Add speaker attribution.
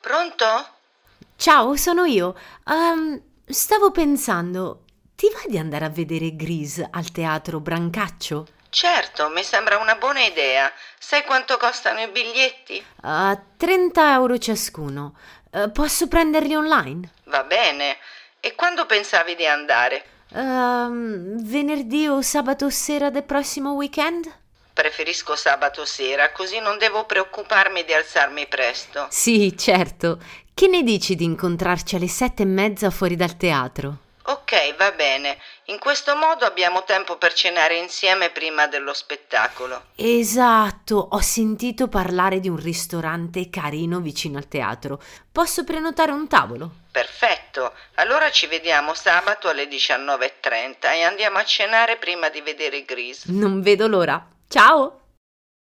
Speaker 1: Pronto?
Speaker 2: Ciao, sono io. Ehm, stavo pensando, ti va di andare a vedere Grease al teatro Brancaccio?
Speaker 1: Certo, mi sembra una buona idea. Sai quanto costano i biglietti?
Speaker 2: A 30 euro ciascuno. Eh, posso prenderli online?
Speaker 1: Va bene. E quando pensavi di andare?
Speaker 2: Ehm, venerdì o sabato sera del prossimo weekend?
Speaker 1: Preferisco sabato sera, così non devo preoccuparmi di alzarmi presto.
Speaker 2: Sì, certo. Che ne dici di incontrarci alle sette e mezza fuori dal teatro?
Speaker 1: Ok, va bene. In questo modo abbiamo tempo per cenare insieme prima dello spettacolo.
Speaker 2: Esatto, ho sentito parlare di un ristorante carino vicino al teatro. Posso prenotare un tavolo?
Speaker 1: Perfetto. Allora ci vediamo sabato alle 19.30 e andiamo a cenare prima di vedere Grease.
Speaker 2: Non vedo l'ora. Ciao!